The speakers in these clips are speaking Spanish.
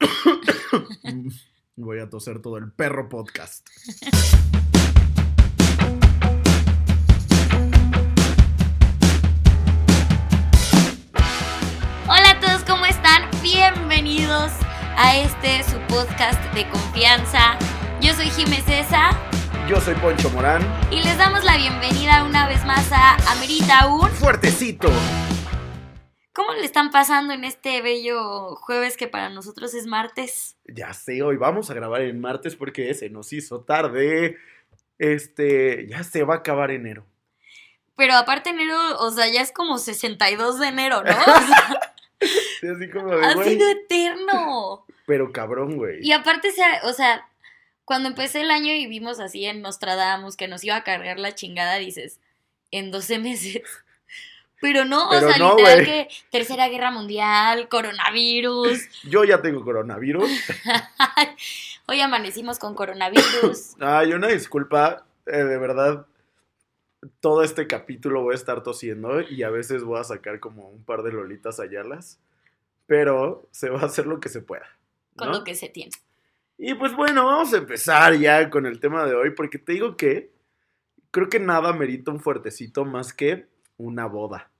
Voy a toser todo el perro podcast. Hola a todos, ¿cómo están? Bienvenidos a este su podcast de confianza. Yo soy Jimé César Yo soy Poncho Morán. y les damos la bienvenida una vez más a Amerita Un. Fuertecito. ¿Cómo le están pasando en este bello jueves que para nosotros es martes? Ya sé, hoy vamos a grabar en martes porque se nos hizo tarde. Este, ya se va a acabar enero. Pero aparte enero, o sea, ya es como 62 de enero, ¿no? O sea, Y Así como de, ha güey, sido eterno. pero cabrón, güey. Y aparte, se- o sea, cuando empecé el año y vimos así en Nostradamus que nos iba a cargar la chingada, dices, en 12 meses. Pero no, Pero o sea, no, literal güey. que Tercera Guerra Mundial, coronavirus. Yo ya tengo coronavirus. Hoy amanecimos con coronavirus. Ay, una disculpa, eh, de verdad. Todo este capítulo voy a estar tosiendo y a veces voy a sacar como un par de lolitas ayalas, pero se va a hacer lo que se pueda. Con ¿no? lo que se tiene. Y pues bueno, vamos a empezar ya con el tema de hoy, porque te digo que creo que nada merita un fuertecito más que una boda.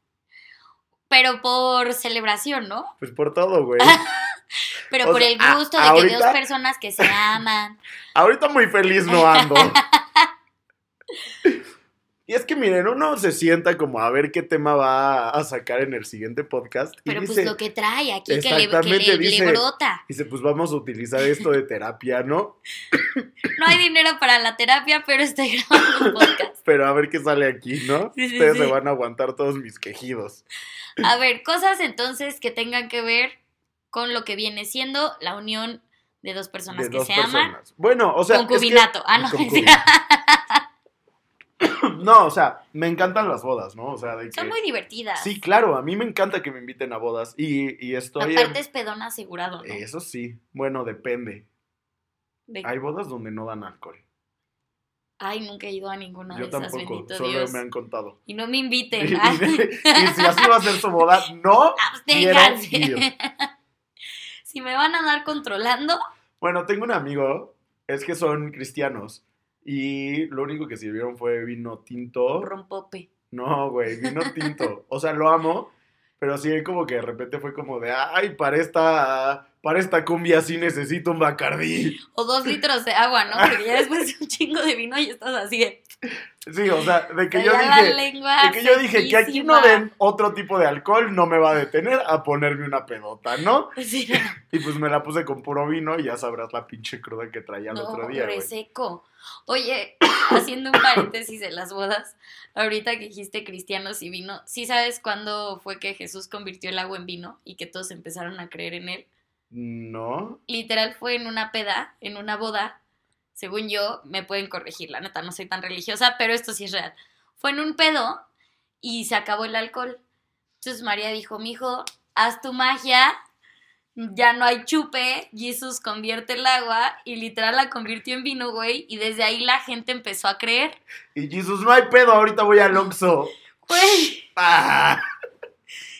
Pero por celebración, ¿no? Pues por todo, güey. Pero O por sea, el a- gusto de que ahorita- dos personas que se aman. Ahorita muy feliz no ando. Y es que miren, uno se sienta como a ver qué tema va a sacar en el siguiente podcast. Y Pero dice, pues lo que trae aquí, que le, que Exactamente, le- le dice- brota. dice, pues vamos a utilizar esto de terapia, ¿no? No hay dinero para la terapia, pero estoy grabando un podcast. Pero a ver qué sale aquí, ¿no? Sí, sí, Ustedes sí. se van a aguantar todos mis quejidos. A ver, cosas entonces que tengan que ver con lo que viene siendo la unión de dos personas De que dos se aman. personas. Bueno, o sea. es que- concubinato. ah, no, Concubinato. No, o sea, me encantan las bodas, ¿no? O sea, de que. son muy divertidas. Sí, claro, a mí me encanta que me inviten a bodas. Y, y estoy. en- Aparte es pedón asegurado, ¿no? Eso sí. Bueno, depende. De- Hay bodas donde no dan alcohol. Ay, nunca he ido a ninguna de Yo esas, tampoco, bendito solo Dios. me han contado. Y no me Y, inviten. ah, y si así va a ser su boda, no. quiero ir. Absténganse. si me van a andar controlando, Bueno, tengo un amigo, es que son cristianos. Y lo único que sirvieron fue vino tinto. rompope. No, güey, vino tinto. O sea, lo amo, pero sí como que de repente fue como de, ay, para esta, para esta cumbia sí necesito un Bacardí. O dos litros de agua, ¿no? Porque ya después de un chingo de vino y estás así de... Sí, o sea, de que "Te yo da la dije, lengua de que yo dije que aquí no sequísima". den otro tipo de alcohol, no me va a detener a ponerme una pedota, ¿no? Sí, Y pues me la puse con puro vino y ya sabrás la pinche cruda que traía el no, otro día, güey. reseco. Oye, haciendo un paréntesis de las bodas, ahorita que dijiste cristianos y vino, ¿sí sabes cuándo fue que Jesús convirtió el agua en vino y que todos empezaron a creer en él? No, Literal fue en una peda, en una boda, según yo, me pueden corregir, la neta, no soy tan religiosa, pero esto sí es real. Fue en un pedo y se acabó el alcohol. Entonces María dijo, mijo, haz tu magia, ya no hay chupe, Jesús convierte el agua y literal la convirtió en vino, güey, y desde ahí la gente empezó a creer. y Jesús, no hay pedo, ahorita voy al Oxxo. Güey, Ah.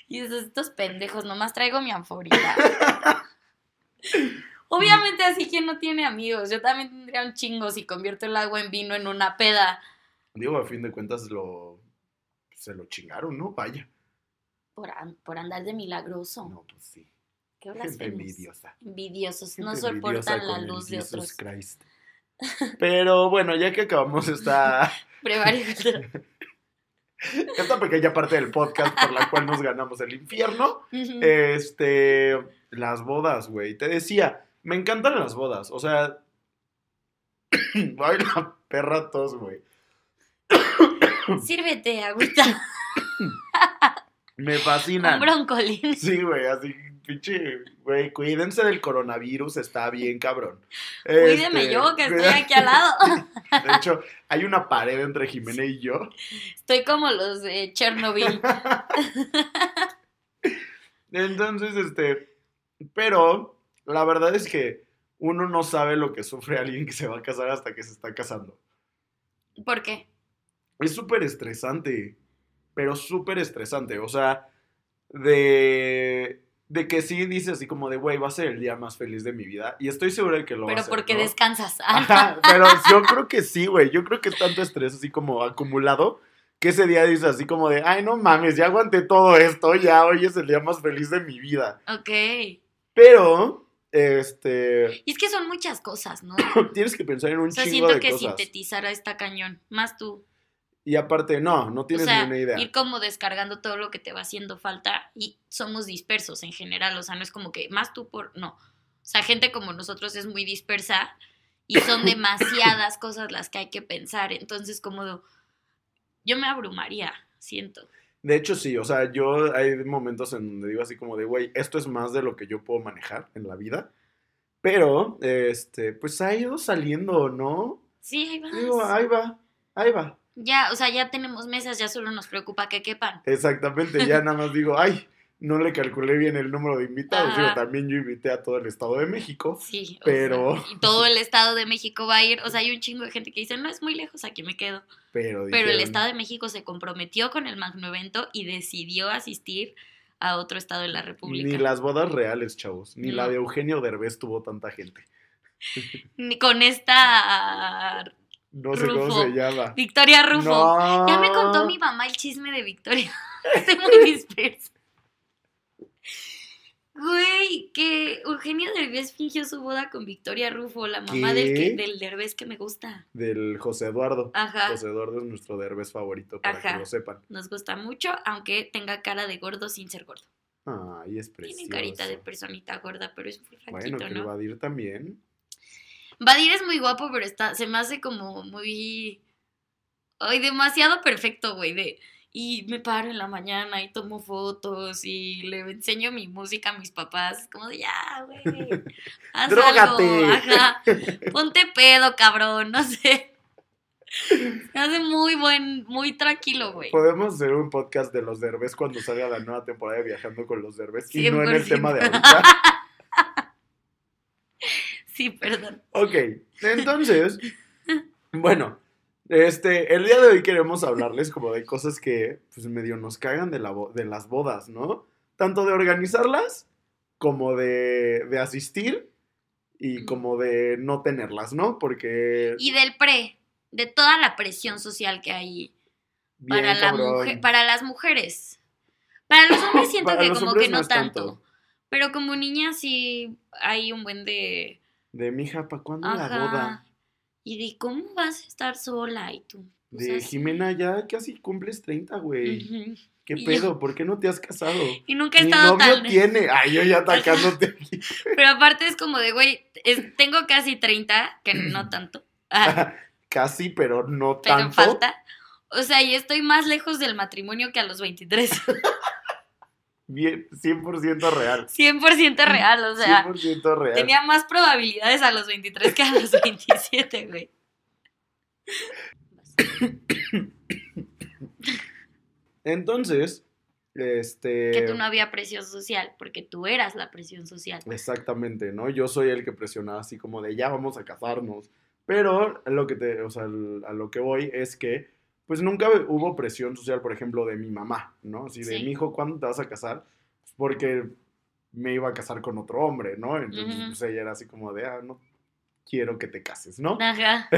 y dices, estos pendejos, nomás traigo mi anforita. Obviamente así quien no tiene amigos, yo también tendría un chingo si convierto el agua en vino en una peda. Digo, a fin de cuentas lo, se lo chingaron, ¿no? Vaya. Por, an- por andar de milagroso. No, pues sí. Qué Gente blasfemos. envidiosa. Envidiosos, Gente no envidiosa soportan la con el luz de Jesus otros. Christ. Pero bueno, ya que acabamos esta, Prevaricación. esta pequeña parte del podcast por la cual nos ganamos el infierno, Ujú. este, las bodas, güey. Te decía, me encantan las bodas, o sea, ay, la perra tos, güey. Sírvete, agüita, Me un fascinan. broncolín. Sí, güey, así, pinche, güey, cuídense del coronavirus, está bien, cabrón. Cuídeme Este, yo, que estoy cuida- aquí al lado. De hecho, hay una pared entre Jimena y yo. Estoy como los de Chernobyl. Entonces, este, pero la verdad es que uno no sabe lo que sufre alguien que se va a casar hasta que se está casando. ¿Por qué? Es súper estresante, pero súper estresante. O sea, de de que sí dice así como de, güey, va a ser el día más feliz de mi vida. Y estoy seguro de que lo va a Pero ser. porque ¿no? descansas. Ah, Ajá, pero yo creo que sí, güey. Yo creo que es tanto estrés así como acumulado que ese día dice así como de, ay, no mames, ya aguanté todo esto, ya hoy es el día más feliz de mi vida. ok. Y Pero, este, es que son muchas cosas, ¿no? tienes que pensar en un O sea, chingo siento de que cosas. sintetizará esta cañón. Más tú. Y aparte, no, no tienes o sea, ni una idea. ir como descargando todo lo que te va haciendo falta y somos dispersos en general, o sea, no es como que más tú por, no, o sea, gente como nosotros es muy dispersa y son demasiadas cosas las que hay que pensar, entonces como de- yo me abrumaría, siento. De hecho, sí, o sea, yo hay momentos en donde digo así como de, güey, esto es más de lo que yo puedo manejar en la vida. Pero, este, pues ha ido saliendo, ¿no? Ah, Sí, ahí vas. Digo, ahí va, ahí va. Ya, o sea, ya tenemos mesas, ya solo nos preocupa que quepan. Exactamente, ya nada más digo, ay, no le calculé bien el número de invitados. Ajá. Digo, también yo invité a todo el Estado de México. Sí, o Pero- sea, y todo el Estado de México va a ir, o sea, hay un chingo de gente que dice, no, es muy lejos, aquí me quedo. Pero, Pero el dijeron, Estado de México se comprometió con el magno evento y decidió asistir a otro estado de la República. Ni las bodas reales, chavos. Ni la No. de Eugenio Derbez tuvo tanta gente. Ni Con esta No sé Rufo. cómo se llama. Victoria Rufo. No. Ya me contó mi mamá el chisme de Victoria. Estoy muy dispersa. Güey, que Eugenio Derbez fingió su boda con Victoria Rufo, la mamá del, ¿Qué? que- del Derbez que me gusta. Del José Eduardo. Ajá, José Eduardo es nuestro Derbez favorito, para Ajá. que lo sepan. nos gusta mucho, aunque tenga cara de gordo sin ser gordo. Ay, es precioso. Tiene carita de personita gorda, pero es muy flaquito, Bueno, que ¿no? el Badir también. Badir es muy guapo, pero está, se me hace como muy. Ay, demasiado perfecto, güey. De, y me paro en la mañana y tomo fotos y le enseño mi música a mis papás. Como de ya, güey. haz Drógate. algo, ajá. Ponte pedo, cabrón. No sé. Se hace muy buen, muy tranquilo, güey. Podemos hacer un podcast de los Derbez cuando salga la nueva temporada de Viajando con los Derbez. Y no en el 100%. tema de ahorita. Sí, perdón. Ok, entonces, bueno, este, el día de hoy queremos hablarles como de cosas que, pues, medio nos cagan de, la bo- de las bodas, ¿no? Tanto de organizarlas como de, de asistir y como de no tenerlas, ¿no? Porque Y del pre, de toda la presión social que hay bien, para, la cabrón. mujer, para las mujeres. Para los hombres siento Para que los como hombres que no es tanto. Pero como niña sí hay un buen de... De mija, ¿para cuándo la Ajá. boda? Y de cómo vas a estar sola y tú. o sea, De sí. Jimena, ya casi cumples 30, güey. pues Ujú. ¿Qué Y- pedo? ¿Por qué no te has casado? Y nunca he Mi estado novio tan... tiene. Ay, yo ya atacándote aquí. Pero aparte es como de, güey, es- tengo casi 30, que no tanto. Ah, Casi, pero no pero tanto. falta. O sea, y estoy más lejos del matrimonio que a los 23. Bien, 100% real. 100% real, o sea. 100% real. Tenía más probabilidades a los 23 que a los 27, güey. Entonces, este... Que tú no había presión social, porque tú eras la presión social. Exactamente, ¿no? Yo soy el que presionaba así como de ya vamos a casarnos. Pero lo que te, o sea, al- a lo que voy es que, pues nunca hubo presión social, por ejemplo, de mi mamá, ¿no? Así de Sí. mi hijo, ¿cuándo te vas a casar? Pues porque me iba a casar con otro hombre, ¿no? Entonces, Ujú. pues ella era así como de, ah, no quiero que te cases, ¿no? Ajá.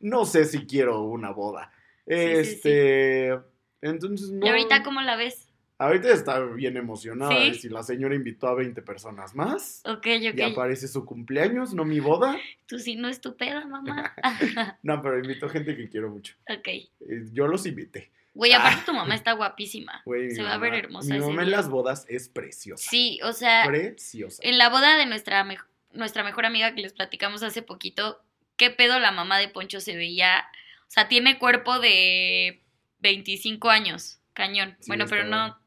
No sé si quiero una boda. Sí, sí, sí. Este, entonces no. ¿Y ahorita cómo la ves? Ahorita está bien emocionada. ¿Sí? Si la señora invitó a 20 personas más. Ok, Y ok. aparece su cumpleaños, no mi boda. Tú sí no es tu peda, mamá. No, pero invitó gente que quiero mucho. ok. Eh, Yo los invité. Güey, aparte tu mamá está guapísima. Ah. Güey, mi Se va a mamá- ver hermosa Mi ese mamá en día. las bodas es preciosa. Sí, o sea, Preciosa. en la boda de nuestra, me- nuestra mejor amiga que les platicamos hace poquito, ¿qué pedo la mamá de Poncho se veía? O sea, tiene cuerpo de 25 años, cañón. Sí, bueno, pero estaba- no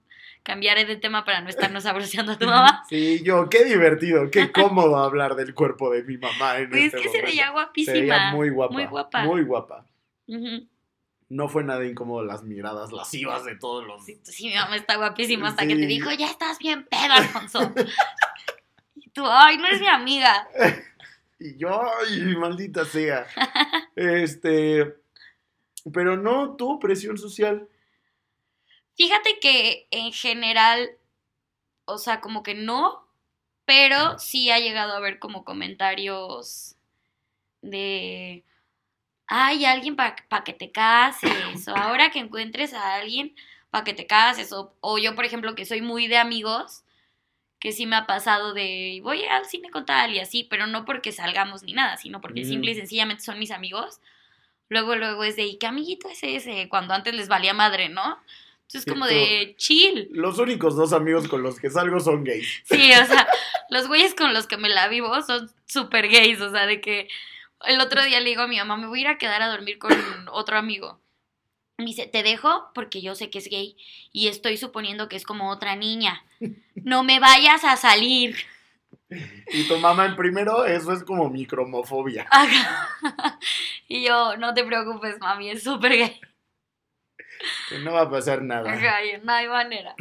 cambiaré de tema para no estarnos abrazando a tu mamá. Sí, yo, qué divertido, qué cómodo hablar del cuerpo de mi mamá en Pues es este que se momento. veía Se guapísima. veía muy guapa. muy guapa. Muy guapa. Ujú. No fue nada incómodo las miradas lascivas de todos los sí, pues sí, mi mamá está guapísima hasta que Sí. te dijo, ya estás bien pedo, Alfonso. y tú, ay, no es mi amiga. Y yo, ay, maldita sea. Este. Pero no tuvo presión social. Fíjate que en general, o sea, como que no, pero sí ha llegado a ver como comentarios de, ay, alguien para que te cases, o ahora que encuentres a alguien para que te cases, o, o yo, por ejemplo, que soy muy de amigos, que sí me ha pasado de, voy al cine con tal y así, pero no porque salgamos ni nada, sino porque Mm. simple y sencillamente son mis amigos. Luego, luego es de, ¿y qué amiguito es ese? Cuando antes les valía madre, ¿no? Entonces, Sí, como como- de, chill. Los únicos dos amigos con los que salgo son gays. Sí, o sea, los güeyes con los que me la vivo son súper gays, o sea, de que el otro día le digo a mi mamá, me voy a ir a quedar a dormir con otro amigo. Me dice, te dejo porque yo sé que es gay y estoy suponiendo que es como otra niña. No me vayas a salir. Y tu mamá en primero, eso es como micromofobia. Ajá. Y yo, no te preocupes, mami, es súper gay. Que no va a pasar nada. Ajá, y yo, no hay manera.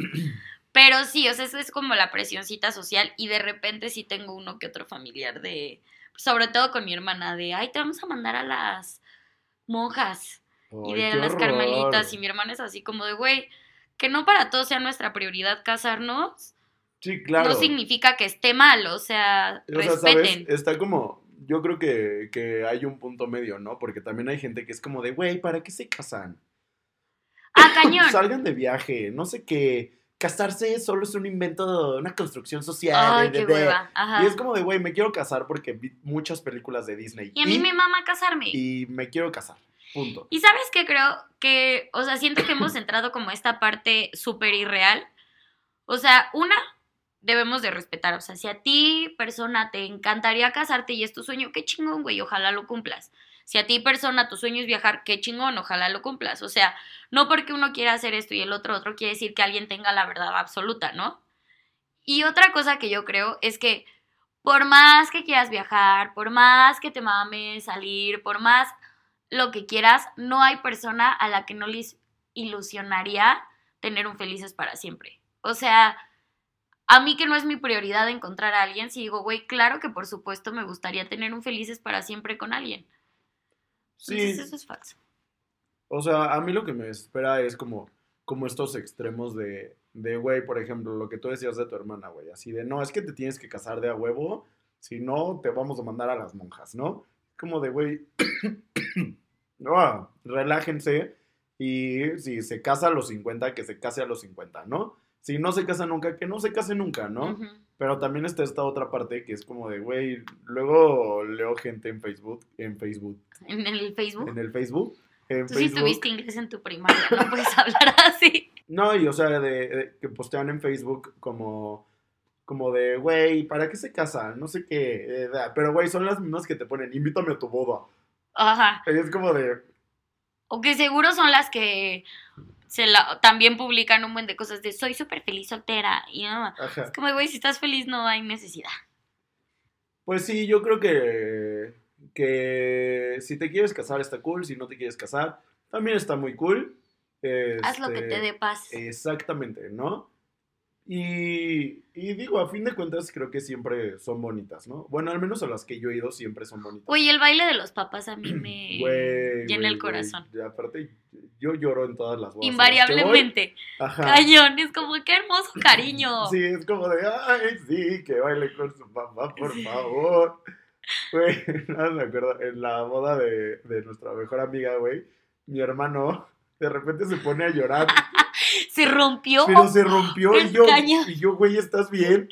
Pero sí, o sea, eso es como la presioncita social y de repente sí tengo uno que otro familiar de, sobre todo con mi hermana, de, ay, te vamos a mandar a las monjas y Ay, de qué las horror. carmelitas y mi hermana es así como de, güey, que no para todos sea nuestra prioridad casarnos, Sí, claro. no significa que esté mal, o sea, O sea, respeten. ¿sabes? Está como. Yo creo que, que hay un punto medio, ¿no? Porque también hay gente que es como de, güey, ¿para qué se casan? Ah, cañón. Salgan de viaje, no sé qué. Casarse solo es un invento, una construcción social. Ay, de- qué de- hueva. Ajá. Y es como de, güey, me quiero casar porque vi muchas películas de Disney. Y a mí me mama casarme. y me quiero casar. Punto. Y sabes que creo que, o sea, siento que hemos entrado como a esta parte súper irreal. O sea, una, debemos de respetar. O sea, si a ti, persona, te encantaría casarte y es tu sueño, qué chingón, güey, ojalá lo cumplas. Si a ti, persona, tu sueño es viajar, qué chingón, ojalá lo cumplas. O sea, no porque uno quiera hacer esto y el otro otro quiere decir que alguien tenga la verdad absoluta, ¿no? Y otra cosa que yo creo es que por más que quieras viajar, por más que te mames salir, por más lo que quieras, no hay persona a la que no les ilusionaría tener un felices para siempre. O sea, a mí que no es mi prioridad encontrar a alguien, si digo, güey, claro que por supuesto me gustaría tener un felices para siempre con alguien. Sí. Entonces eso es falso. O sea, a mí lo que me espera es como, como estos extremos de, de, güey, por ejemplo, lo que tú decías de tu hermana, güey, así de, no, es que te tienes que casar de a huevo, si no, te vamos a mandar a las monjas, ¿no? Como de, güey, no, relájense y si se casa a los 50, que se case a los 50, ¿no? Si no se casa nunca, que no se case nunca, ¿no? Ujú. Pero también está esta otra parte que es como de, güey, luego leo gente en Facebook, en Facebook, En el Facebook. en el Facebook. En Tú sí Facebook. tuviste inglés en tu primaria, no puedes hablar así. No, y o sea, de, de- que postean en Facebook como, como de, güey, ¿para qué se casan? No sé qué. eh, da- pero, güey, son las mismas que te ponen, invítame a tu boda. Ajá. Y es como de, O que seguro son las que se la, también publican un buen de cosas de soy súper feliz soltera. Y no, ajá. es como, güey, si estás feliz no hay necesidad. Pues sí, yo creo que, que si te quieres casar está cool, si no te quieres casar también está muy cool. Haz lo que Este, te dé paz. Exactamente, ¿no? Y, y digo, a fin de cuentas creo que siempre son bonitas, ¿no? Bueno, al menos a las que yo he ido siempre son bonitas. Güey, el baile de los papás a mí me Güey, llena güey, el corazón. güey. Y aparte, yo lloro en todas las bodas. en las que Invariablemente. voy. Ajá. Cañón, es como, qué hermoso cariño. Sí, es como de, ay, sí, que baile con su papá, por favor. Güey, nada, más me acuerdo, en la boda de, de nuestra mejor amiga, güey, mi hermano de repente se pone a llorar, Se rompió. pero se rompió y Es yo, cañón. y yo, güey, ¿estás bien?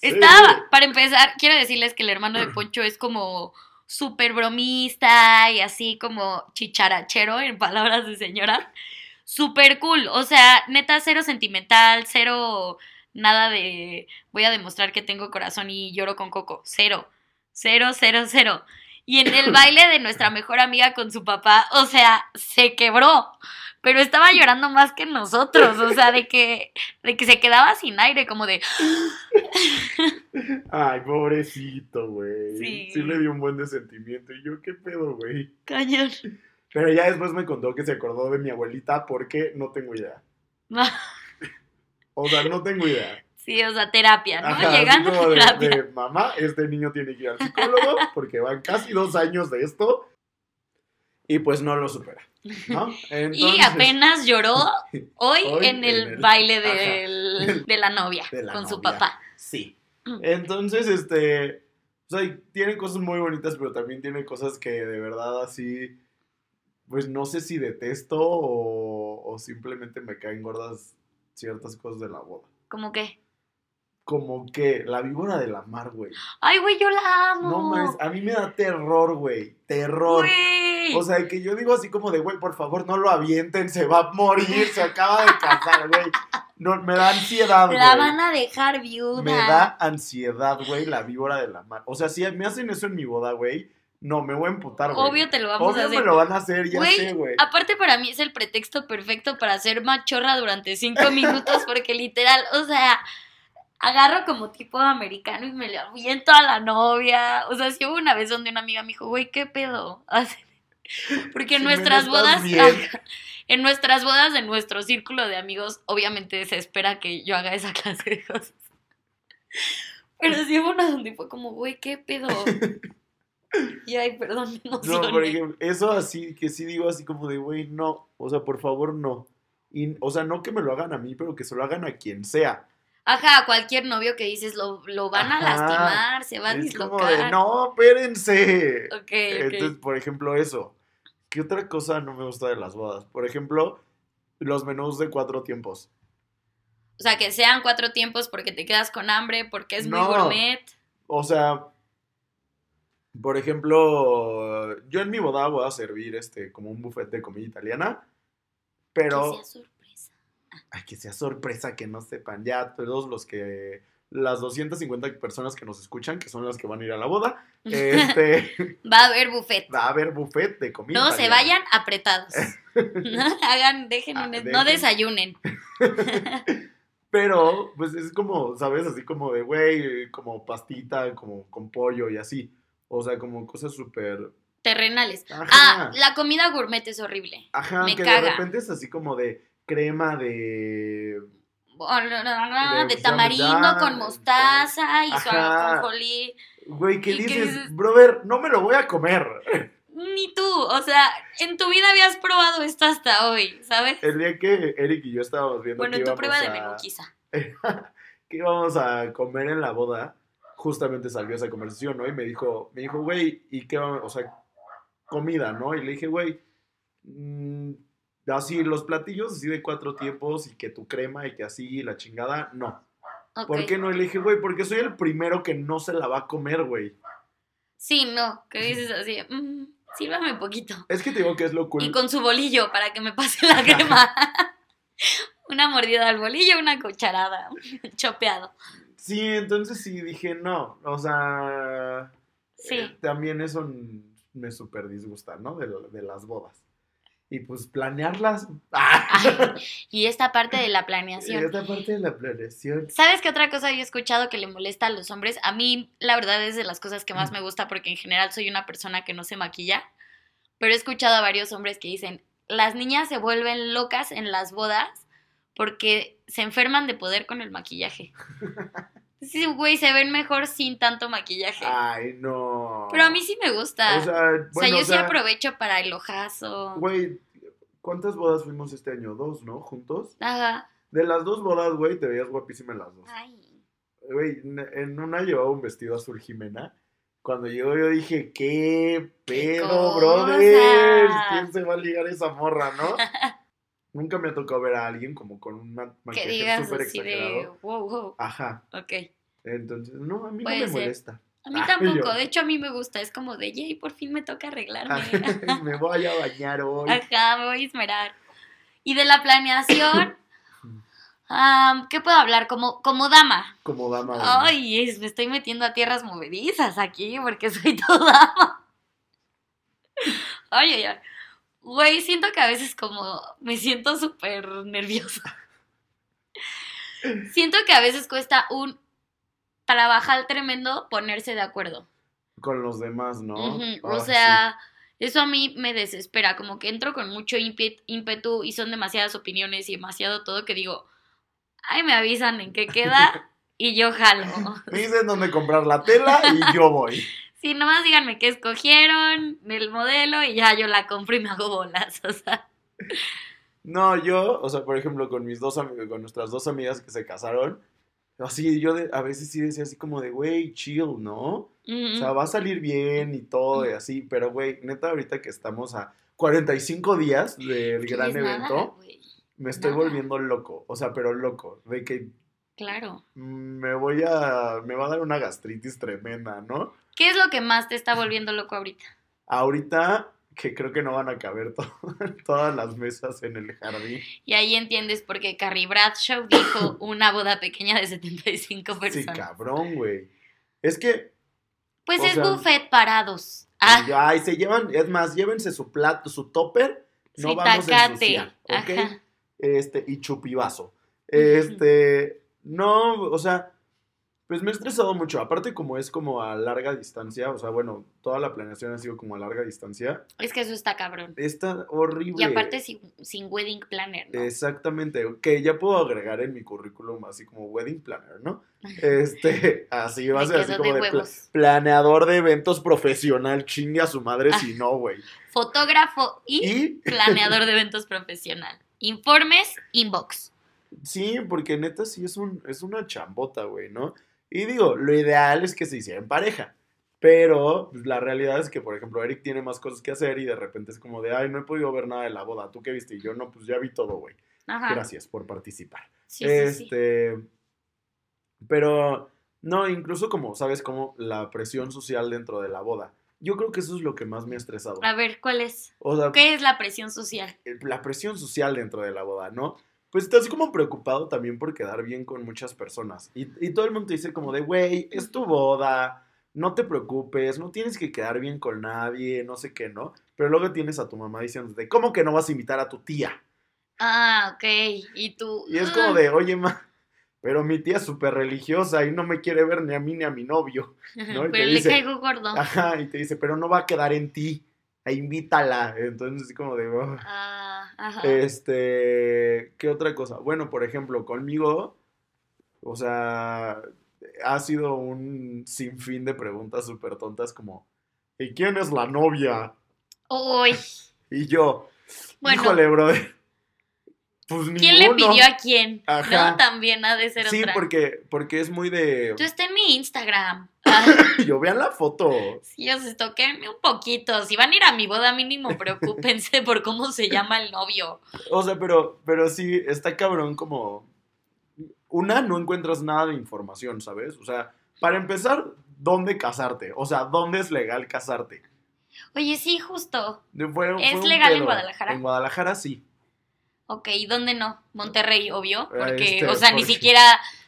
Sí. Estaba, para empezar, quiero decirles que el hermano de Poncho es como súper bromista y así como chicharachero, en palabras de señora. Súper cool, o sea, neta, cero sentimental, cero nada de voy a demostrar que tengo corazón y lloro con coco, cero, cero, cero, cero. Y en el baile de nuestra mejor amiga con su papá, o sea, se quebró, pero estaba llorando más que nosotros, o sea, de que, de que se quedaba sin aire, como de, Ay, pobrecito, güey. Sí. Sí. le dio un buen de sentimiento. Y yo, ¿qué pedo, güey? cañón. Pero ya después me contó que se acordó de mi abuelita porque no tengo idea. No. O sea, no tengo idea. Sí, o sea, terapia, ¿no? Ajá, así Llegando a como de- terapia. de, mamá, este niño tiene que ir al psicólogo porque van casi dos años de esto. y pues no lo supera, ¿no? y Entonces, apenas lloró hoy, Hoy en el, en el- baile ajá. del- de la novia De la con su novia. papá. Sí. Entonces, este, o sea, tiene cosas muy bonitas, pero también tiene cosas que de verdad así, pues no sé si detesto o, o simplemente me caen gordas ciertas cosas de la boda. Como que, Como que la víbora de la mar, güey. ay, güey, yo la amo. No mames, a mí me da terror, güey. Terror. Güey. O sea, que yo digo así como de, güey, por favor, no lo avienten, se va a morir, se acaba de casar, güey. No, me da ansiedad, güey. la van a dejar viuda. Me da ansiedad, güey, la víbora de la mar. O sea, si me hacen eso en mi boda, güey, no, me voy a emputar, güey. Obvio te lo vamos Obvio a hacer. me lo van a hacer, ya Güey, sé, güey. Aparte para mí es el pretexto perfecto para ser machorra durante cinco minutos porque literal, o sea, agarro como tipo americano y me le aviento a la novia. O sea, si hubo una vez donde una amiga me dijo, güey, ¿qué pedo? Así- Porque en Jimena, nuestras ¿estás bodas, bien? ajá, en nuestras bodas de nuestro círculo de amigos, obviamente se espera que yo haga esa clase de cosas. Pero sí hubo una donde fue como, güey, ¿qué pedo? Y ay, perdón, me No, emocioné. porque eso así, que sí digo así como de, güey, no. O sea, por favor, no. Y, o sea, no que me lo hagan a mí, pero que se lo hagan a quien sea. Ajá, cualquier novio que dices lo, lo van a Ajá. lastimar, se va a es dislocar. como de, no, espérense. Ok, ok. Entonces, por ejemplo, eso. ¿Qué otra cosa no me gusta de las bodas? Por ejemplo, los menús de cuatro tiempos. O sea, que sean cuatro tiempos porque te quedas con hambre, porque es muy No. gourmet. O sea, por ejemplo, yo en mi boda voy a servir este como un buffet de comida italiana, pero Que sea sorpresa. ay, que sea sorpresa, que no sepan ya todos los que las 250 personas que nos escuchan, que son las que van a ir a la boda, este, Va a haber buffet. va a haber buffet de comida. No se italiana. vayan apretados. No hagan, dejen Ah, un- no dejen. desayunen. Pero, pues es como, ¿sabes? Así como de, güey, como pastita, como con pollo y así. O sea, como cosas súper... Terrenales. Ajá. Ah, la comida gourmet es horrible. Ajá, Me que de caga. repente es así como de crema de. De De tamarindo champiñón, con mostaza y su Ajá. ajonjolí. Güey, ¿qué ¿Y qué dices? dices? Brother, no me lo voy a comer. Ni tú, o sea, en tu vida habías probado esto hasta hoy, ¿sabes? El día que Eric y yo estábamos viendo. Bueno, que en tu íbamos prueba de a- menú quizá. que íbamos a comer en la boda, justamente salió esa conversación, ¿no? Y me dijo, me dijo, güey, ¿y qué vamos? O sea, comida, ¿no? Y le dije, güey, mm, así los platillos, así de cuatro tiempos y que tu crema y que así y la chingada, no. Ok. ¿Por qué no? Y le dije, güey, porque soy el primero que no se la va a comer, güey. Sí, no, que dices así, mm, sírvame poquito. Es que te digo que es lo cool. Y con su bolillo para que me pase la crema. una mordida al bolillo, una cucharada, chopeado. Sí, entonces sí dije, no, o sea, Sí. eh, también eso n- me súper disgusta, ¿no? De, lo- de las bodas. Y pues planearlas. ¡Ah! Y esta parte de la Y planeación. esta parte de la planeación. ¿Sabes qué otra cosa yo he escuchado que le molesta a los hombres? A mí, la verdad, es de las cosas que más me gusta porque en general soy una persona que no se maquilla. Pero he escuchado a varios hombres que dicen, las niñas se vuelven locas en las bodas porque se enferman de poder con el maquillaje. Sí, güey, se ven mejor sin tanto maquillaje. Ay, Ah, no. Pero a mí sí me gusta. O O sea, sea, bueno, yo o sí sea, aprovecho para el ojazo. Güey, ¿cuántas bodas fuimos este año? Dos, ¿no? Juntos. Ajá. De las dos bodas, güey, te veías guapísima en las dos. Ay. Güey, n- en una llevaba un vestido azul Jimena. Cuando llegó yo dije, ¿qué pedo, cosa! brother? ¿Quién se va a ligar esa morra, no? Nunca me ha tocado ver a alguien como con un ma- Que maquillaje digas súper así de, exagerado. wow, wow. Ajá. Ok. Entonces, no, a mí Puede no me ser. molesta. A mí Ah, tampoco, yo. de hecho a mí me gusta, es como de, yay, por fin me toca arreglarme. me Ah, voy a bañar hoy. Ajá, me voy a esmerar. Y de la planeación, am, ¿qué puedo hablar? Como, como dama. Como dama. güey. Ay, es- me estoy metiendo a tierras movedizas aquí porque soy todo dama. Ay, ay, ay. Güey, siento que a veces como me siento súper nerviosa. Siento que a veces cuesta un trabajar tremendo ponerse de acuerdo. Con los demás, ¿no? Ujú, Ah, O sea, eso a mí me desespera, como que entro con mucho ímpe- ímpetu y son demasiadas opiniones y demasiado todo que digo, ay, me avisan en qué queda y yo jalo. sí. Me dicen dónde comprar la tela y yo voy. Sí, nomás díganme qué escogieron, el modelo y ya yo la compro y me hago bolas, o sea. No, yo, o sea, por ejemplo, con mis dos amigos, con nuestras dos amigas que se casaron, así yo de- a veces sí decía así como de, güey, chill, ¿no? O sea, va a salir bien y todo y así, pero güey, neta ahorita que estamos a 45 días del Sí, gran es nada, evento, güey. me estoy nada. volviendo loco, o sea, pero loco, de que Claro. mm, me voy a, me va a dar una gastritis tremenda, ¿no? ¿Qué es lo que más te está volviendo loco ahorita? Ahorita que creo que no van a caber to- todas las mesas en el jardín. Y ahí entiendes por qué Carrie Bradshaw dijo una boda pequeña de 75 Sí, personas. cabrón, güey. Es que, pues o es sea- buffet parados. Ah, ay, se llevan, es más, llévense su plato, su topper, no sí, vamos a tacate. ensuciar, ¿ok? Ajá. Este, y chupivaso. Este, no, o sea, pues me he estresado mucho. Aparte, como es como a larga distancia, o sea, bueno, toda la planeación ha sido como a larga distancia. Es que eso está cabrón. Está horrible. Y aparte sin, sin wedding planner, ¿no? Exactamente, que ya puedo agregar en mi currículum así como wedding planner, ¿no? Este, así va a Me ser así quedo como de de pla- huevos. planeador de eventos profesional, chingue a su madre si no, güey. Fotógrafo Ah. y, Y planeador de eventos profesional. Informes, inbox. sí, porque neta sí es un es una chambota, güey, ¿no? Y digo, lo ideal es que se hiciera en pareja. Pero pues, la realidad es que, por ejemplo, Eric tiene más cosas que hacer y de repente es como de, ay, no he podido ver nada de la boda. ¿Tú qué viste? Y yo no, pues ya vi todo, güey. Ajá. Gracias por participar. Ah. Sí, sí, sí. este, pero no, incluso como, ¿sabes? Como la presión social dentro de la boda. Yo creo que eso es lo que más me ha estresado. A ver, ¿cuál es? O sea, ¿Qué es la presión social? el- la presión social dentro de la boda, ¿no? Pues estás como preocupado también por quedar bien con muchas personas. Y, y todo el mundo te dice como de, güey, es tu boda, no te preocupes, no tienes que quedar bien con nadie, no sé qué, ¿no? Pero luego tienes a tu mamá diciéndote, ¿cómo que no vas a invitar a tu tía? Ah, ok. Y tú. Y es ah, como de, oye, ma, pero mi tía es súper religiosa y no me quiere ver ni a mí ni a mi novio. ¿no? Y te Ah. Pero le dice- caigo gordo. Ajá, y te dice, pero no va a quedar en ti, e invítala. Entonces, así como de, "Oh". "Ugh". Ah, ajá. Este, ¿qué otra cosa? Bueno, por ejemplo, conmigo, o sea, ha sido un sinfín de preguntas súper tontas como, ¿y quién es la novia? Uy. Y yo, Bueno. híjole, brother, pues ¿Quién le ninguno. pidió a quién? Ajá. No, también ha de ser Sí, otra. porque, porque es muy de, Tú está en mi Instagram. Ah, yo vean la foto. sí, os estoquenme un poquito. Si van a ir a mi boda mínimo, preocúpense por cómo se llama el novio. O sea, pero, pero sí, está cabrón como... Una, no encuentras nada de información, ¿sabes? O sea, para empezar, ¿dónde casarte? O sea, ¿dónde es legal casarte? Oye, sí, justo. Fue- fue ¿Es un legal en pedo. Guadalajara? En Guadalajara sí. Ok, ¿y dónde no? Monterrey, obvio. Porque, Este, o sea, ni porque- siquiera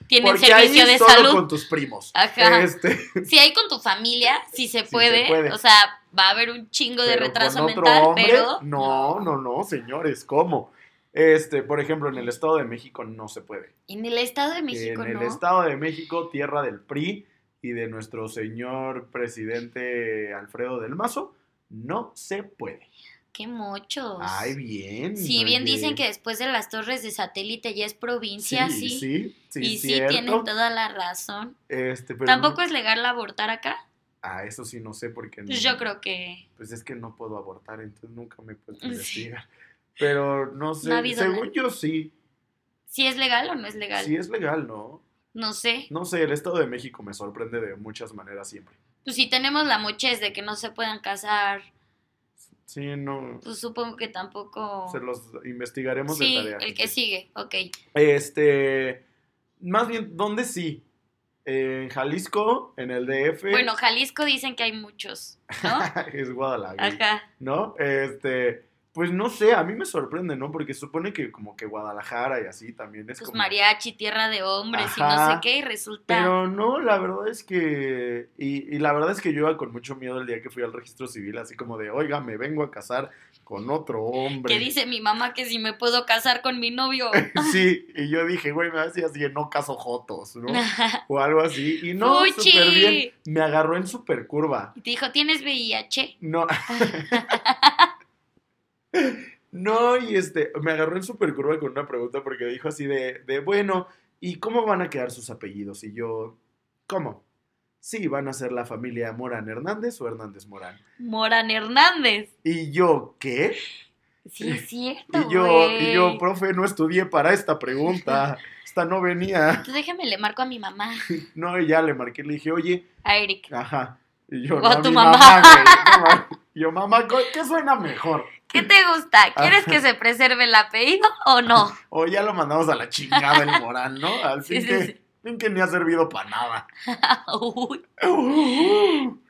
tienen Porque servicio ahí de solo salud. con tus primos. Ajá. Este, Si hay con tu familia, si se se puede. puede. O sea, va a haber un chingo de pero retraso con otro mental, hombre, pero. No, no, no, señores, ¿cómo? Este, por ejemplo, en el Estado de México no se puede. En el Estado de México, en el ¿no? Estado de México, tierra del PRI y de nuestro señor presidente Alfredo del Mazo, no se puede. Qué mochos. Ay, bien. Pues, Sí, bien oye. dicen que después de las torres de satélite ya es provincia, sí. sí, sí, sí, y sí, cierto. tienen toda la razón. Este, pero ¿Tampoco no- es legal abortar acá? Ah, eso sí no sé porque Pues yo creo que... Pues es que no puedo abortar, entonces nunca me puedo Sí. investigar. Pero no sé, No ha habido según nada. yo sí, ¿Si es legal o no es legal? sí es legal, ¿no? No sé. No sé, el Estado de México me sorprende de muchas maneras siempre. Pues si tenemos la mochez de que no se puedan casar, Sí, no, pues supongo que tampoco... se los investigaremos de Sí, tarea. el gente. que sigue, ok. Este, más bien, ¿dónde sí? En Jalisco, en el DF. Bueno, Jalisco dicen que hay muchos, ¿no? es Guadalajara, Ajá. ¿no? Este, pues no sé, a mí me sorprende, ¿no? Porque supone que como que Guadalajara y así también es Pues como mariachi, tierra de hombres y no Ajá. sé qué, y resulta... Pero no, la verdad es que. Y, y la verdad es que yo iba con mucho miedo el día que fui al registro civil, así como de, oiga, me vengo a casar con otro hombre. Que dice mi mamá que si me puedo casar con mi novio. Sí, y yo dije, güey, me decía así, no caso Jotos, ¿no? O algo así. Y no, ¡Fuchi! súper bien. Me agarró en super curva. Y te dijo, ¿tienes VIH? No. no, y este, me agarró en super curva con una pregunta porque dijo así de, de, bueno, ¿y cómo van a quedar sus apellidos? Y yo, ¿cómo? si van a ser la familia Morán Hernández o Hernández Morán. Morán Hernández. Y yo, ¿qué? Sí, es cierto. Y yo, y yo, güey. profe, no estudié para esta pregunta. Esta no venía. Entonces déjame, le marco a mi mamá, No, y ya le marqué, le dije, oye, a Eric. ajá. Y yo, O no, a a tu mi mamá. mamá, güey, no, ma- yo, mamá, ¿cu- ¿qué suena mejor? ¿Qué te gusta? Ah. ¿Quieres que se preserve el apellido o no? O ya lo mandamos a la chingada el Morán, ¿no? Al Sí, fin, sí, que, sí. Ah, fin que ni ha servido para nada. Uy,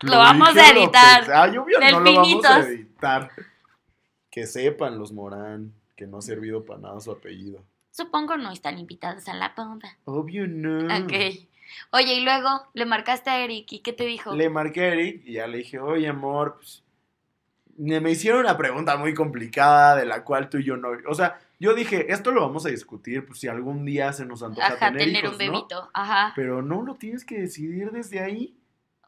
Lo, vamos dije, a lo editar. pensé. Ah, yo obvio no lo vamos a Delfinitos. editar. Que sepan los Morán que no ha servido para nada su apellido. Supongo no están invitados a la pompa. Obvio no. Ok. Oye, y luego le marcaste a Eric y ¿qué te dijo? Le marqué a Eric y ya le dije, oye amor, pues, me me hicieron una pregunta muy complicada de la cual tú y yo no... O sea, yo dije, esto lo vamos a discutir, pues si algún día se nos antoja Ajá, tener, tener, hijos, un ¿no? bebito. Ajá. Pero no lo tienes que decidir desde ahí.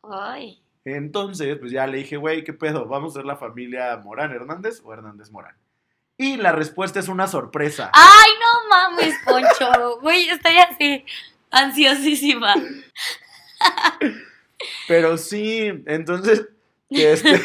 Ay. Entonces, pues ya le dije, güey, ¿qué pedo? ¿Vamos a ser la familia Morán Hernández o Hernández Morán? Y la respuesta es una sorpresa. Ay, no mames, Poncho. Güey, estoy así, ansiosísima. Pero sí, entonces, que este,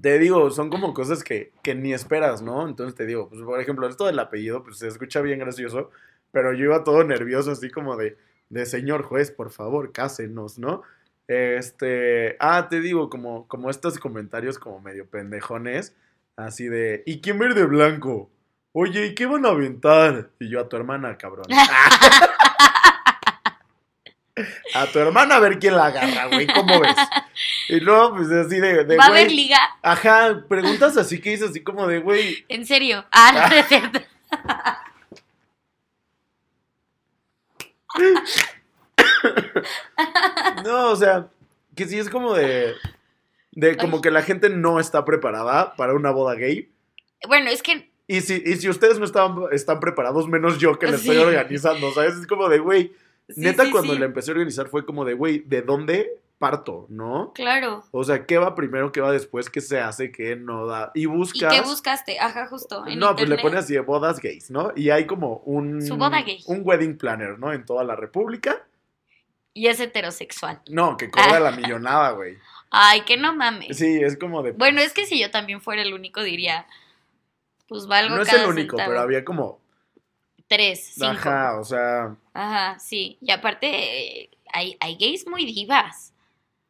te digo, son como cosas que, que ni esperas, ¿no? Entonces te digo, pues por ejemplo, esto del apellido, pues se escucha bien gracioso, pero yo iba todo nervioso, así como de, de señor juez, por favor, cásenos, ¿no? Este, ah, te digo, como, como estos comentarios como medio pendejones, así de, ¿y quién va a ir de blanco? Oye, ¿y qué van a aventar? Y yo a tu hermana, cabrón. A tu hermana a ver quién la agarra, güey, ¿cómo ves? Y luego, pues así de, de ¿Va a güey, haber liga? Ajá, preguntas así que dices así como de, güey, ¿En serio? Ah, no, no es cierto. no, o sea, que sí es como de, de como Ay. que la gente no está preparada para una boda gay. Bueno, es que Y si, y si ustedes no están, están preparados, menos yo que la estoy Sí. organizando, ¿sabes? Es como de, güey, Sí, neta sí, cuando sí. la empecé a organizar fue como de, güey, ¿de dónde parto, no? Claro. O sea, ¿qué va primero, qué va después, qué se hace, qué no da? Y ¿Y buscas... qué buscaste? Ajá, justo. En No, pues le internet. pones así de bodas gays, ¿no? Y hay como un... Su boda gay. Un wedding planner, ¿no? En toda la república. Y es heterosexual. No, que cobra la millonada, güey. Ay, que no mames. Sí, es como de... Bueno, es que si yo también fuera el único, diría. Pues valgo no es cada el único, centavo. pero Ah. había como... Tres, cinco. Ajá. Ajá, o sea... sí. Y aparte, eh, hay, hay gays muy divas.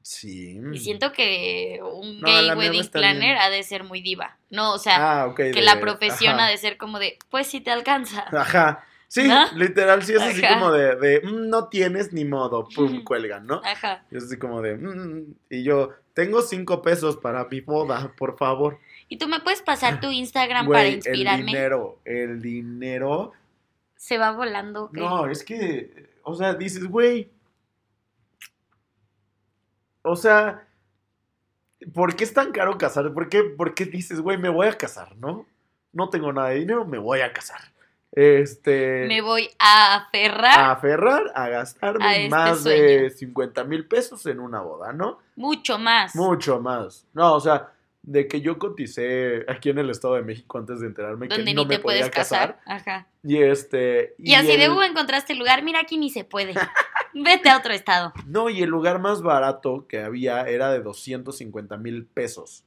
Sí. Y siento que un Mm. No, gay la mía va a wedding estar planner bien. ha de ser muy diva. No, o sea, Ah, ok. que de- la profesión ajá. ha de ser como de, pues si te alcanza. Ajá. Sí, ¿No? literal, sí es así Ajá. como de... de "Mm, no tienes ni modo, pum, cuelgan, ¿no? Ajá. Y es así como de... "Mm", y yo, tengo cinco pesos para mi boda, por favor. Y tú me puedes pasar tu Instagram para Güey, el inspirarme. dinero, el dinero... Se va volando. ¿ok? No, es que, o sea, dices, güey. O sea, ¿por qué es tan caro casar? ¿Por qué, por qué dices, güey, me voy a casar, no? No tengo nada de dinero, me voy a casar. Este. Me voy a aferrar a aferrar a gastarme a este más sueño. de 50 mil pesos en una boda, ¿no? mucho más. Mucho más. No, o sea, de que yo coticé aquí en el Estado de México antes de enterarme que donde no ni me te puedes podía casar. casar. Ajá. Y este. Y, así de, el- "Uh, encontraste el lugar, mira, aquí ni se puede. Vete a otro estado. No, y el lugar más barato que había era de 250 mil pesos.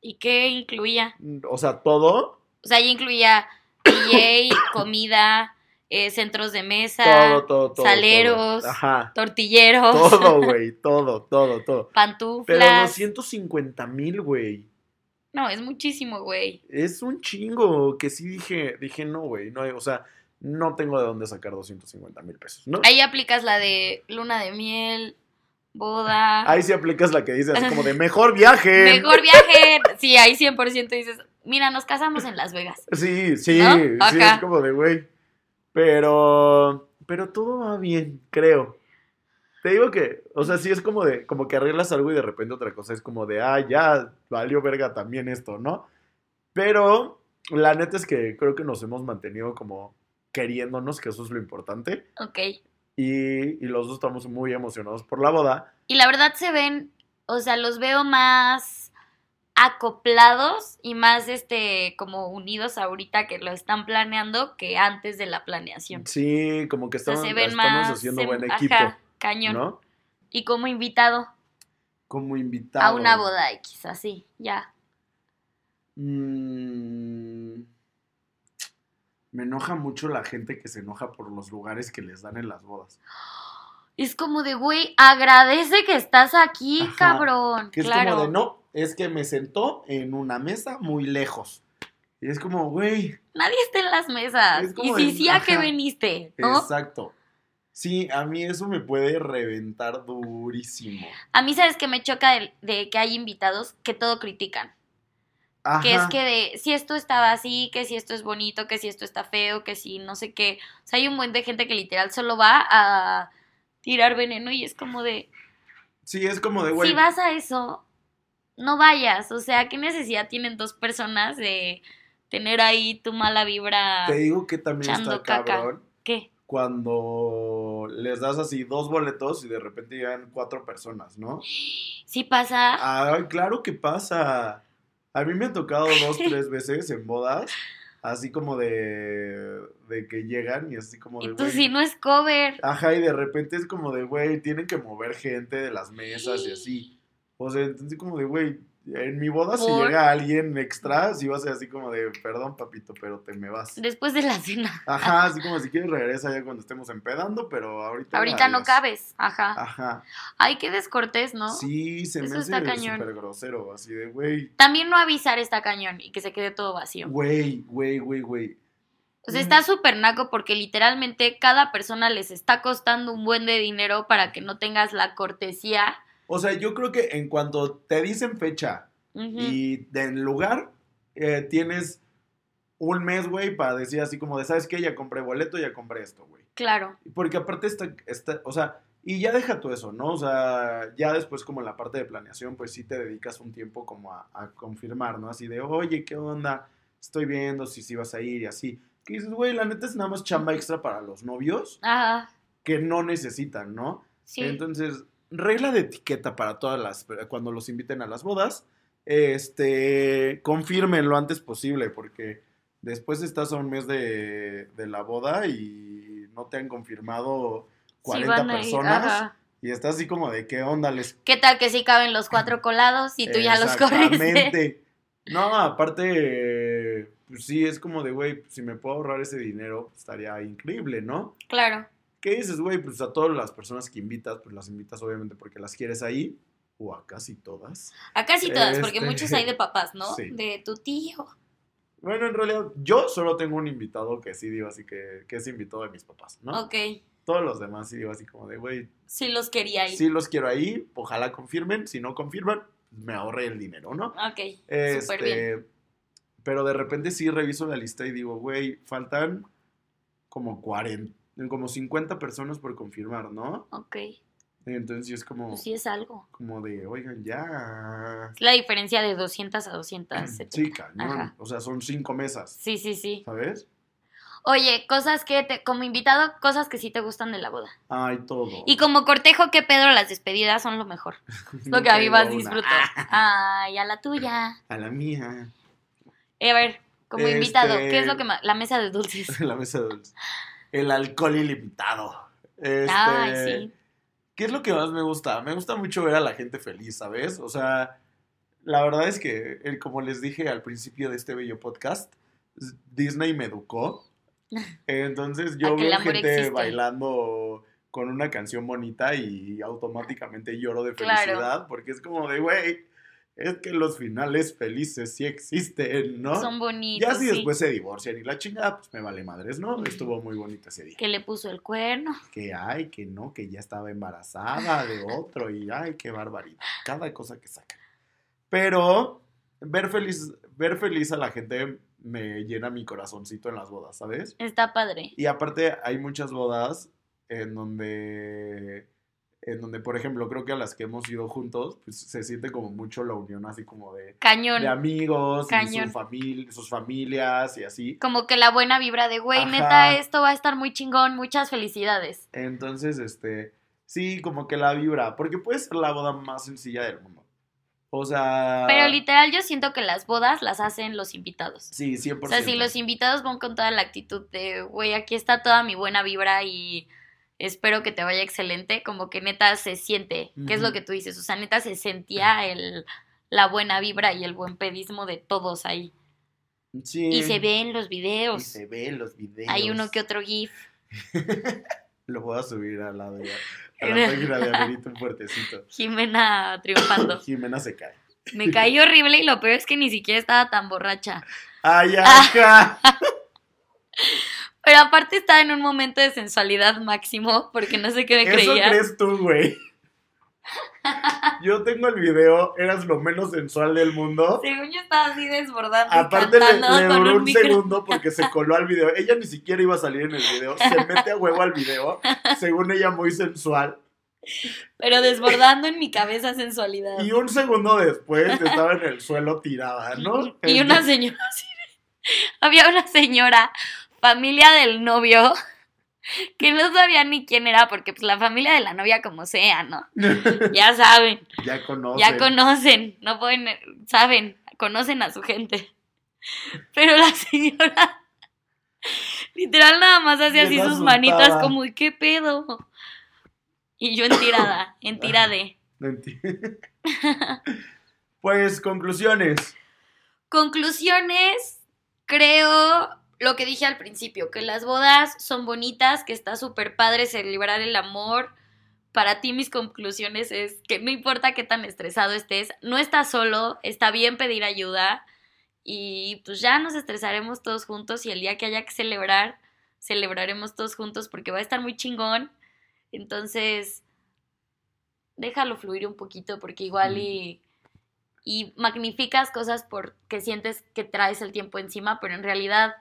¿Y qué incluía? O sea, todo, O sea, ya incluía DJ, comida, eh, centros de mesa, todo, todo, todo. saleros, todo. Ajá. tortilleros, Todo, güey, todo, todo, todo. Pero pantuflas. 250 mil, güey. No, es muchísimo, güey. Es un chingo que sí dije, dije, no, güey, no hay, o sea, no tengo de dónde sacar 250 mil pesos, ¿no? Ahí aplicas la de luna de miel, boda. Ahí sí aplicas la que dice así como de mejor viaje. Mejor viaje. Sí, ahí 100% dices, mira, nos casamos en Las Vegas. Sí, sí, ¿No? sí, Ajá. es como de güey. Pero, pero todo va bien, creo. Te digo que, o sea, sí es como de, como que arreglas algo y de repente otra cosa es como de, ah, ya, valió verga también esto, ¿no? Pero la neta es que creo que nos hemos mantenido como queriéndonos, que eso es lo importante. Ok. Y, y los dos estamos muy emocionados por la boda. Y la verdad se ven, o sea, los veo más acoplados y más este como unidos ahorita que lo están planeando que antes de la planeación. Sí, como que O sea, estamos, se ven estamos más haciendo se- buen ajá, equipo, cañón. ¿no? Y como invitado Como invitado. a una boda X, así, ya. Mm, me enoja mucho la gente que se enoja por los lugares que les dan en las bodas. Es como de, güey, agradece que estás aquí, Ajá, cabrón. Que es claro. como de no, es que me sentó en una mesa muy lejos. Y es como, güey, Nadie está en las mesas. Es Y como si de- sí, ¿a qué ajá. viniste? ¿No? exacto. Sí, a mí eso me puede reventar durísimo. A mí, ¿sabes que me choca de, de que hay invitados que todo critican? Ajá. Que es que de si esto estaba así, que si esto es bonito, que si esto está feo, que si no sé qué. O sea, hay un buen de gente que literal solo va a tirar veneno y es como de, Sí, es como de, güey. si vas a eso, no vayas. O sea, ¿qué necesidad tienen dos personas de tener ahí tu mala vibra? Te digo que también Echando está caca. cabrón ¿Qué? cuando les das así dos boletos y de repente llegan cuatro personas, ¿no? Sí pasa. Ay, claro que pasa. A mí me ha tocado dos, tres veces en bodas, así como de, de que llegan y así como de... y tú güey, si no es cover. Ajá, y de repente es como de, güey, tienen que mover gente de las mesas y así. O sea, entonces como de, güey, en mi boda si Por- llega alguien extra, si va a ser así como de, perdón papito, pero te me vas. Después de la cena. Ajá, así como si quieres regresa ya cuando estemos empedando, pero ahorita... Ahorita no adiós. cabes. Ajá. Ajá. Ay, qué descortés, ¿no? Ah. Sí, se Eso me está hace cañón. súper grosero, así de, güey, También no avisar está cañón y que se quede todo vacío. güey, güey, güey, güey. O sea, está súper naco porque literalmente cada persona les está costando un buen de dinero para que no tengas la cortesía. O sea, yo creo que en cuanto te dicen fecha Ujú. y del lugar, eh, tienes un mes, güey, para decir así como de, ¿sabes qué? Ya compré boleto, ya compré esto, güey. Claro. Porque aparte está, está, o sea, y ya deja tú eso, ¿no? O sea, ya después como en la parte de planeación, pues sí te dedicas un tiempo como a, a confirmar, ¿no? Así de, oye, ¿qué onda? Estoy viendo si sí vas a ir y así. Que dices, güey, la neta es nada más chamba extra para los novios Ajá. que no necesitan, ¿no? Sí. Entonces, regla de etiqueta para todas las, eh, cuando los inviten a las bodas, este, confirmen lo antes posible, porque después estás a un mes de, de la boda y no te han confirmado Sí 40 van a ir, personas ajá. y estás así como de qué onda les... ¿Qué tal que sí caben los cuatro colados y tú ya los corres? Exactamente. No, aparte, eh, pues sí, es como de, güey, pues, si me puedo ahorrar ese dinero, pues, estaría increíble, ¿no? claro. ¿Qué dices, güey? Pues a todas las personas que invitas, pues las invitas obviamente porque las quieres ahí, o a casi todas. A casi todas, porque Este, muchos hay de papás, ¿no? sí. De tu tío. Bueno, en realidad, yo solo tengo un invitado que sí digo así que, que es invitado de mis papás, ¿no? Ok. Todos los demás sí digo así como de, güey, Sí los quería ir. sí los quiero ahí, ojalá confirmen, si no confirman, me ahorré el dinero, ¿no? Ok. Súper bien. Este, pero de repente sí reviso la lista y digo, güey, faltan como 40, como 50 personas por confirmar, ¿no? Ok. Entonces sí es como, Pues sí es algo. como de, oigan, ya. Es la diferencia de 200 a 270. Sí, cañón. Ajá. O sea, son cinco mesas, Sí, sí, sí. ¿sabes? Oye, cosas que te, como invitado, cosas que sí te gustan de la boda. Hay todo. Y como cortejo, que Pedro, las despedidas son lo mejor. Es lo que a mí Tengo más una. Ah, disfruto. Ay, a la tuya. A la mía. Eh, a ver, como Este- invitado, ¿qué es lo que más? La mesa de dulces. la mesa de dulce. El alcohol ilimitado. Este, Ay, sí. ¿Qué es lo que más me gusta? Me gusta mucho ver a la gente feliz, ¿sabes? O sea, la verdad es que, eh, como les dije al principio de este bello podcast, s- Disney me educó. Entonces A yo que el veo amor gente existe. bailando con una canción bonita y automáticamente lloro de Claro. felicidad porque es como de, güey, es que los finales felices sí existen, ¿no? Son bonitos. ya si sí. después se divorcian y la chingada, pues me vale madres, ¿no? Ujú. Estuvo muy bonito ese día Que le puso el cuerno. que ay, que no, que ya estaba embarazada de otro y ay, qué barbaridad. Cada cosa que saca. Pero ver feliz, ver feliz a la gente me llena mi corazoncito en las bodas, ¿sabes? Está padre. Y aparte hay muchas bodas en donde en donde, por ejemplo, creo que a las que hemos ido juntos, pues se siente como mucho la unión así como de, Cañón. de amigos, y su Cañón. famil- sus familias y así. Como que la buena vibra de, güey, Ajá. neta, esto va a estar muy chingón. Muchas felicidades. Entonces, este, sí, como que la vibra, porque puede ser la boda más sencilla del mundo. O sea, Pero literal, yo siento que las bodas las hacen los invitados. sí, 100%. O sea, si los invitados van con toda la actitud de, güey, aquí está toda mi buena vibra y espero que te vaya excelente, como que neta se siente, que es Ujú. lo que tú dices, o sea, neta se sentía el, la buena vibra y el buen pedismo de todos ahí. Sí. Y se ve en los Y videos, se ve en los videos. hay uno que otro GIF. Lo voy a subir a la, de, a la página de Amerito un fuertecito. Jimena triunfando. Jimena se cae. Me caí horrible y lo peor es que ni siquiera estaba tan borracha. ¡Ay, Ah, acá! Pero aparte estaba en un momento de sensualidad máximo, porque no sé qué me Eso creía. crees tú, güey. Yo tengo el video, eras lo menos sensual del mundo. Según yo estaba así desbordando, y Aparte le, cantando le con duró un un micro. segundo porque se coló al video. Ella ni siquiera iba a salir en el video. Se mete a huevo al video, según ella muy sensual. Pero desbordando en mi cabeza sensualidad. Y un segundo después estaba en el suelo tirada, ¿no? Y una señora. así de- Había una señora, familia del novio, que no sabía ni quién era, porque pues la familia de la novia como sea, ¿no? Ya saben, Ya conoce. ya conocen, no pueden, saben, conocen a su gente. Pero la señora literal nada más hacía Bien así sus asustada. manitas como, "¿Y ¿qué pedo? Y yo en tirada, en tirade. No entiende. Pues conclusiones. Conclusiones, creo lo que dije al principio, que las bodas son bonitas, que está súper padre celebrar el amor. Para ti mis conclusiones es que no importa qué tan estresado estés, no estás solo, está bien pedir ayuda y pues ya nos estresaremos todos juntos y el día que haya que celebrar, celebraremos todos juntos porque va a estar muy chingón. Entonces, déjalo fluir un poquito porque igual y y magnificas cosas porque sientes que traes el tiempo encima, pero en realidad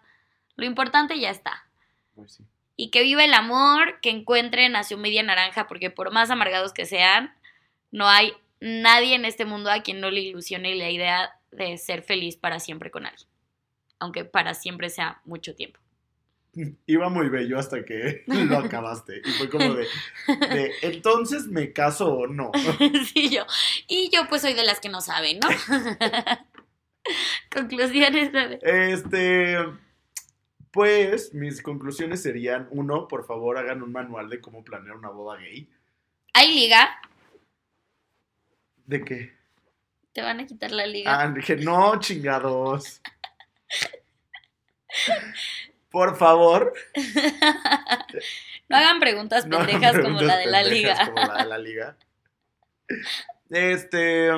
lo importante ya está. Pues sí. Y que viva el amor, que encuentren a su media naranja, porque por más amargados que sean, no hay nadie en este mundo a quien no le ilusione la idea de ser feliz para siempre con alguien. Aunque para siempre sea mucho tiempo. Iba muy bello hasta que lo acabaste. Y fue como de, de, entonces me caso o no. Sí, yo. Y yo pues soy de las que no saben, ¿no? Conclusiones. bebé. Este, pues mis conclusiones serían, uno, por favor hagan un manual de cómo planear una boda gay. Hay liga. ¿De qué? Te van a quitar la liga. Ah, dije, no, chingados. Por favor. No hagan preguntas no hagan pendejas como preguntas la de la pendejas liga. Como la de la liga. Este,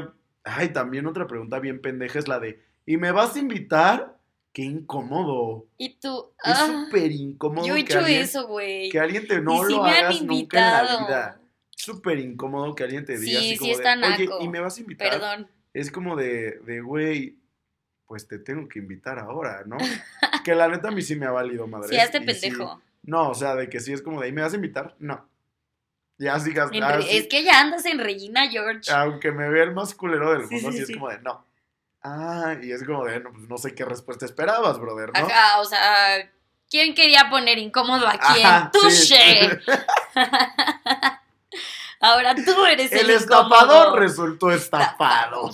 ay, también otra pregunta bien pendeja es la de, ¿y me vas a invitar? Qué incómodo. Y tú, Es ah, súper incómodo. yo he que hecho alguien- eso, güey. Que alguien te no y si lo me han hagas nunca en la invitado. vida. súper incómodo que alguien te diga Sí, así sí como de, está oye, naco. ¿y me vas a invitar? Perdón. Es como de, de, güey, pues te tengo que invitar ahora, ¿no? que la neta a mí sí me ha valido, madre. Si hazte y pendejo. sí- no, o sea, de que sí es como de, ¿y me vas a invitar? No. Ya sigas, En ah, re- sí, Ah, Es que ya andas en Regina George. aunque me vea el más culero del Sí, mundo, sí, sí, es sí. como de, no. Ah, y es como de, no, pues no sé qué respuesta esperabas, brother, ¿no? Ajá, o sea, ¿quién quería poner incómodo a quién? Ajá, ¡Tú, sí. che! Ahora tú eres el, El incómodo. estafador resultó estafado.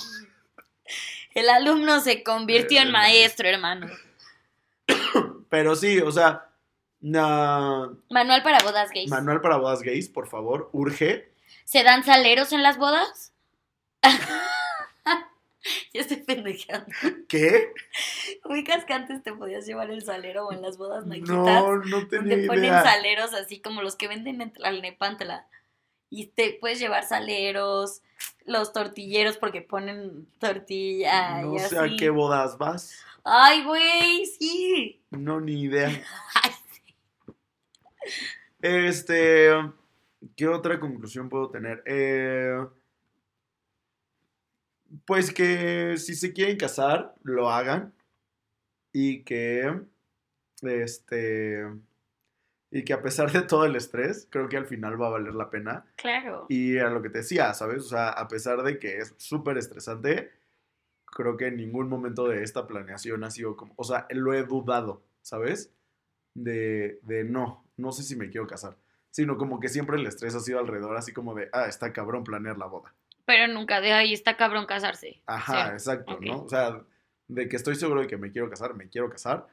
El alumno se convirtió en Eh, maestro, hermano. Pero sí, o sea, na- Manual para bodas gays. manual para bodas gays, por favor, urge. ¿Se dan saleros en las bodas? Yo estoy pendejando. ¿Qué? Ubicas que antes te podías llevar el salero o en las bodas naquitas. No, no tenía donde ponen idea. saleros así como los que venden en Tlalnepantla. Y te puedes llevar saleros, los tortilleros porque ponen tortilla No y sé así. a qué bodas vas. Ay, güey, sí. No, ni idea. Ay, Este, ¿qué otra conclusión puedo tener? Eh, pues que si se quieren casar, lo hagan. Y que, este, y que a pesar de todo el estrés, creo que al final va a valer la pena. claro. Y a lo que te decía, ¿sabes? O sea, a pesar de que es súper estresante, creo que en ningún momento de esta planeación ha sido como, o sea, lo he dudado, ¿sabes? De, de no, no sé si me quiero casar, sino como que siempre el estrés ha sido alrededor, así como de, ah, está cabrón planear la boda. Pero nunca de ahí está cabrón casarse. Ajá, Cero. exacto, ok. ¿no? O sea, de que estoy seguro de que me quiero casar, me quiero casar.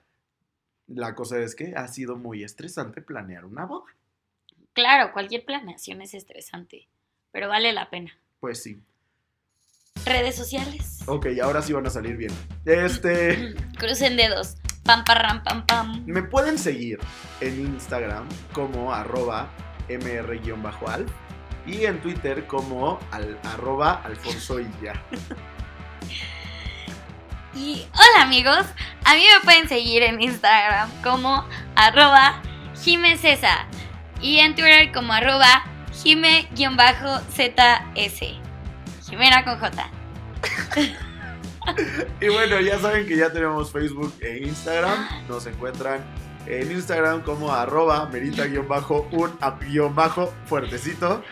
La cosa es que ha sido muy estresante planear una boda. Claro, cualquier planeación es estresante, pero vale la pena. Pues sí. Redes sociales. Ok, ahora sí van a salir bien. Este. Crucen dedos. Pam, parram, pam, pam. Me pueden seguir en Instagram como arroba mr-al y en Twitter como al, arroba alfonso y ya. Y hola amigos, a mí me pueden seguir en Instagram como arroba jimecesa y en Twitter como arroba jime-zs. Jimena con J. Y bueno, ya saben que ya tenemos Facebook e Instagram. Nos encuentran en Instagram como arroba merita-un-fuertecito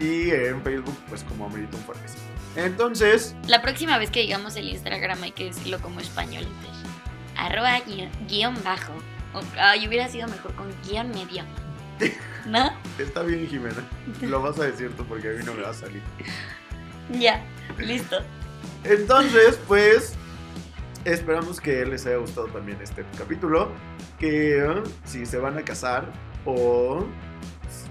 y en Facebook pues como merita un fuertecito. Entonces, La próxima vez que digamos el Instagram hay que decirlo como español. entonces, Arroba guión, guión bajo. O- ay, hubiera sido mejor con guión medio. ¿No? está bien Jimena. Lo vas a decir tú porque a mí no me va a salir. Ya, listo. Entonces, pues, esperamos que les haya gustado también este capítulo. Que eh, si se van a casar o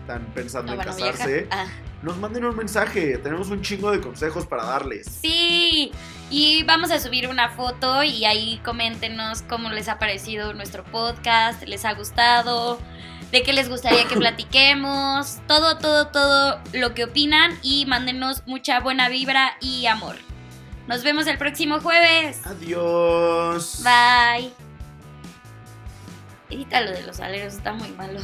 están pensando No, en bueno, casarse, viaja- ah, nos manden un mensaje. Tenemos un chingo de consejos para darles. Sí, y vamos a subir una foto y ahí coméntenos cómo les ha parecido nuestro podcast, les ha gustado, de qué les gustaría que platiquemos, todo, todo, todo lo que opinan y mándenos mucha buena vibra y amor. Nos vemos el próximo jueves. Adiós. Bye. Edita lo de los aleros, está muy malo.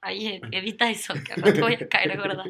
Ay, evita eso, que no te voy a caer gorda.